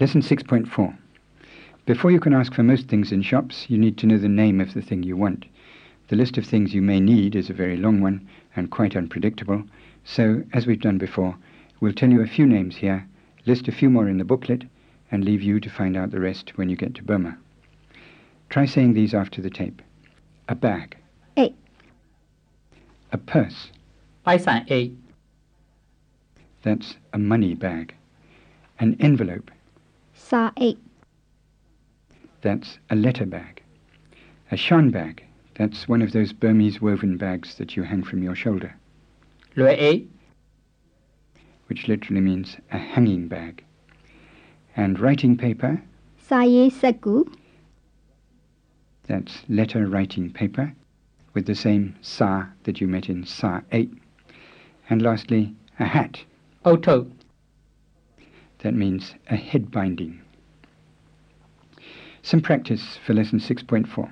Lesson 6.4. Before you can ask for most things in shops, you need to know the name of the thing you want. The list of things you may need is a very long one and quite unpredictable, so, as we've done before, we'll tell you a few names here, list a few more in the booklet, and leave you to find out the rest when you get to Burma. Try saying these after the tape. A bag. Eight. A purse. ပိုက်ဆံအိတ် That's a money bag. An envelope. စာအိတ် That's a letter bag. A shan bag. That's one of those Burmese woven bags that you hang from your shoulder, လွယ်အိတ် which literally means a hanging bag. And writing paper. စာရေးစက်ကူ That's letter writing paper with the same sa that you met in sa 8. And lastly, a hat. အုတ်ထုတ် That means a head binding. Some practice for lesson 6.4.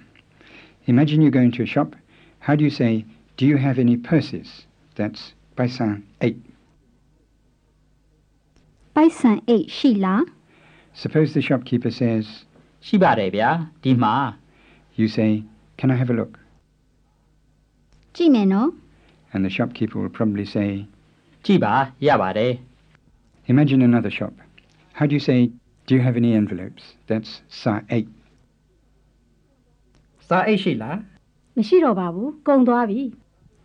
Imagine you go into a shop. How do you say, do you have any purses? That's paisa 8. ပိုက်ဆံအိတ်ရှိလား Suppose the shopkeeper says, ရှိပါတယ်ဗျာဒီမှာ you say, can I have a look? ကြည့်မယ်နော် And the shopkeeper will probably say, ကြည့်ပါရပါတယ် imagine another shop. How do you say, do you have any envelopes? That's sa 8. စာအိတ်ရှိလား မရှိတော့ပါဘူးကုန်သွားပြီ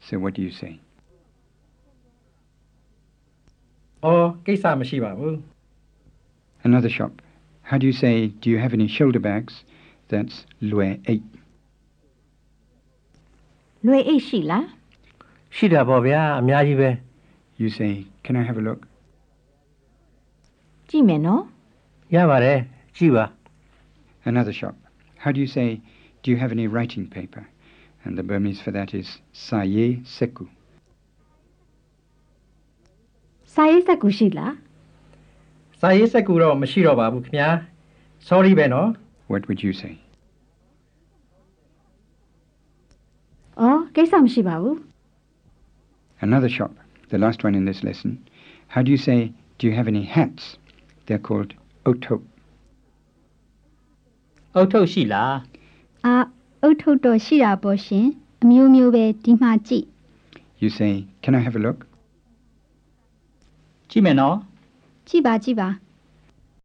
So what do you say? အော်ကိစ္စမရှိပါဘူး Another shop. How do you say, do you have any shoulder bags? That's lue 8. လွယ်အိတ်ရှိလား ရှိတာပေါ့ဗျာအများကြီးပဲ You say, can I have a look? ကြည့်မယ်နော် ရပါတယ်ကြည့်ပါ Another shop. How do you say, do you have any writing paper? And the Burmese for that is saye seku. စာရေးစက်ကူရှိလား စာရေးစက်ကူတော့မရှိတော့ပါဘူးခင်ဗျာ sorry ပဲနော် What would you say? အော်ကိစ္စမရှိပါဘူး Another shop. The last one in this lesson. How do you say, do you have any hats? They're called oto. အုတ်ထုတ်ရှိလား အာအုတ်ထုတ်တော့ရှိတာပေါ့ရှင်အမျိုးမျိုးပဲဒီမှာကြည့် You say, can I have a look? ကြည့်မယ်နော် ကြည့်ပါကြည့်ပါ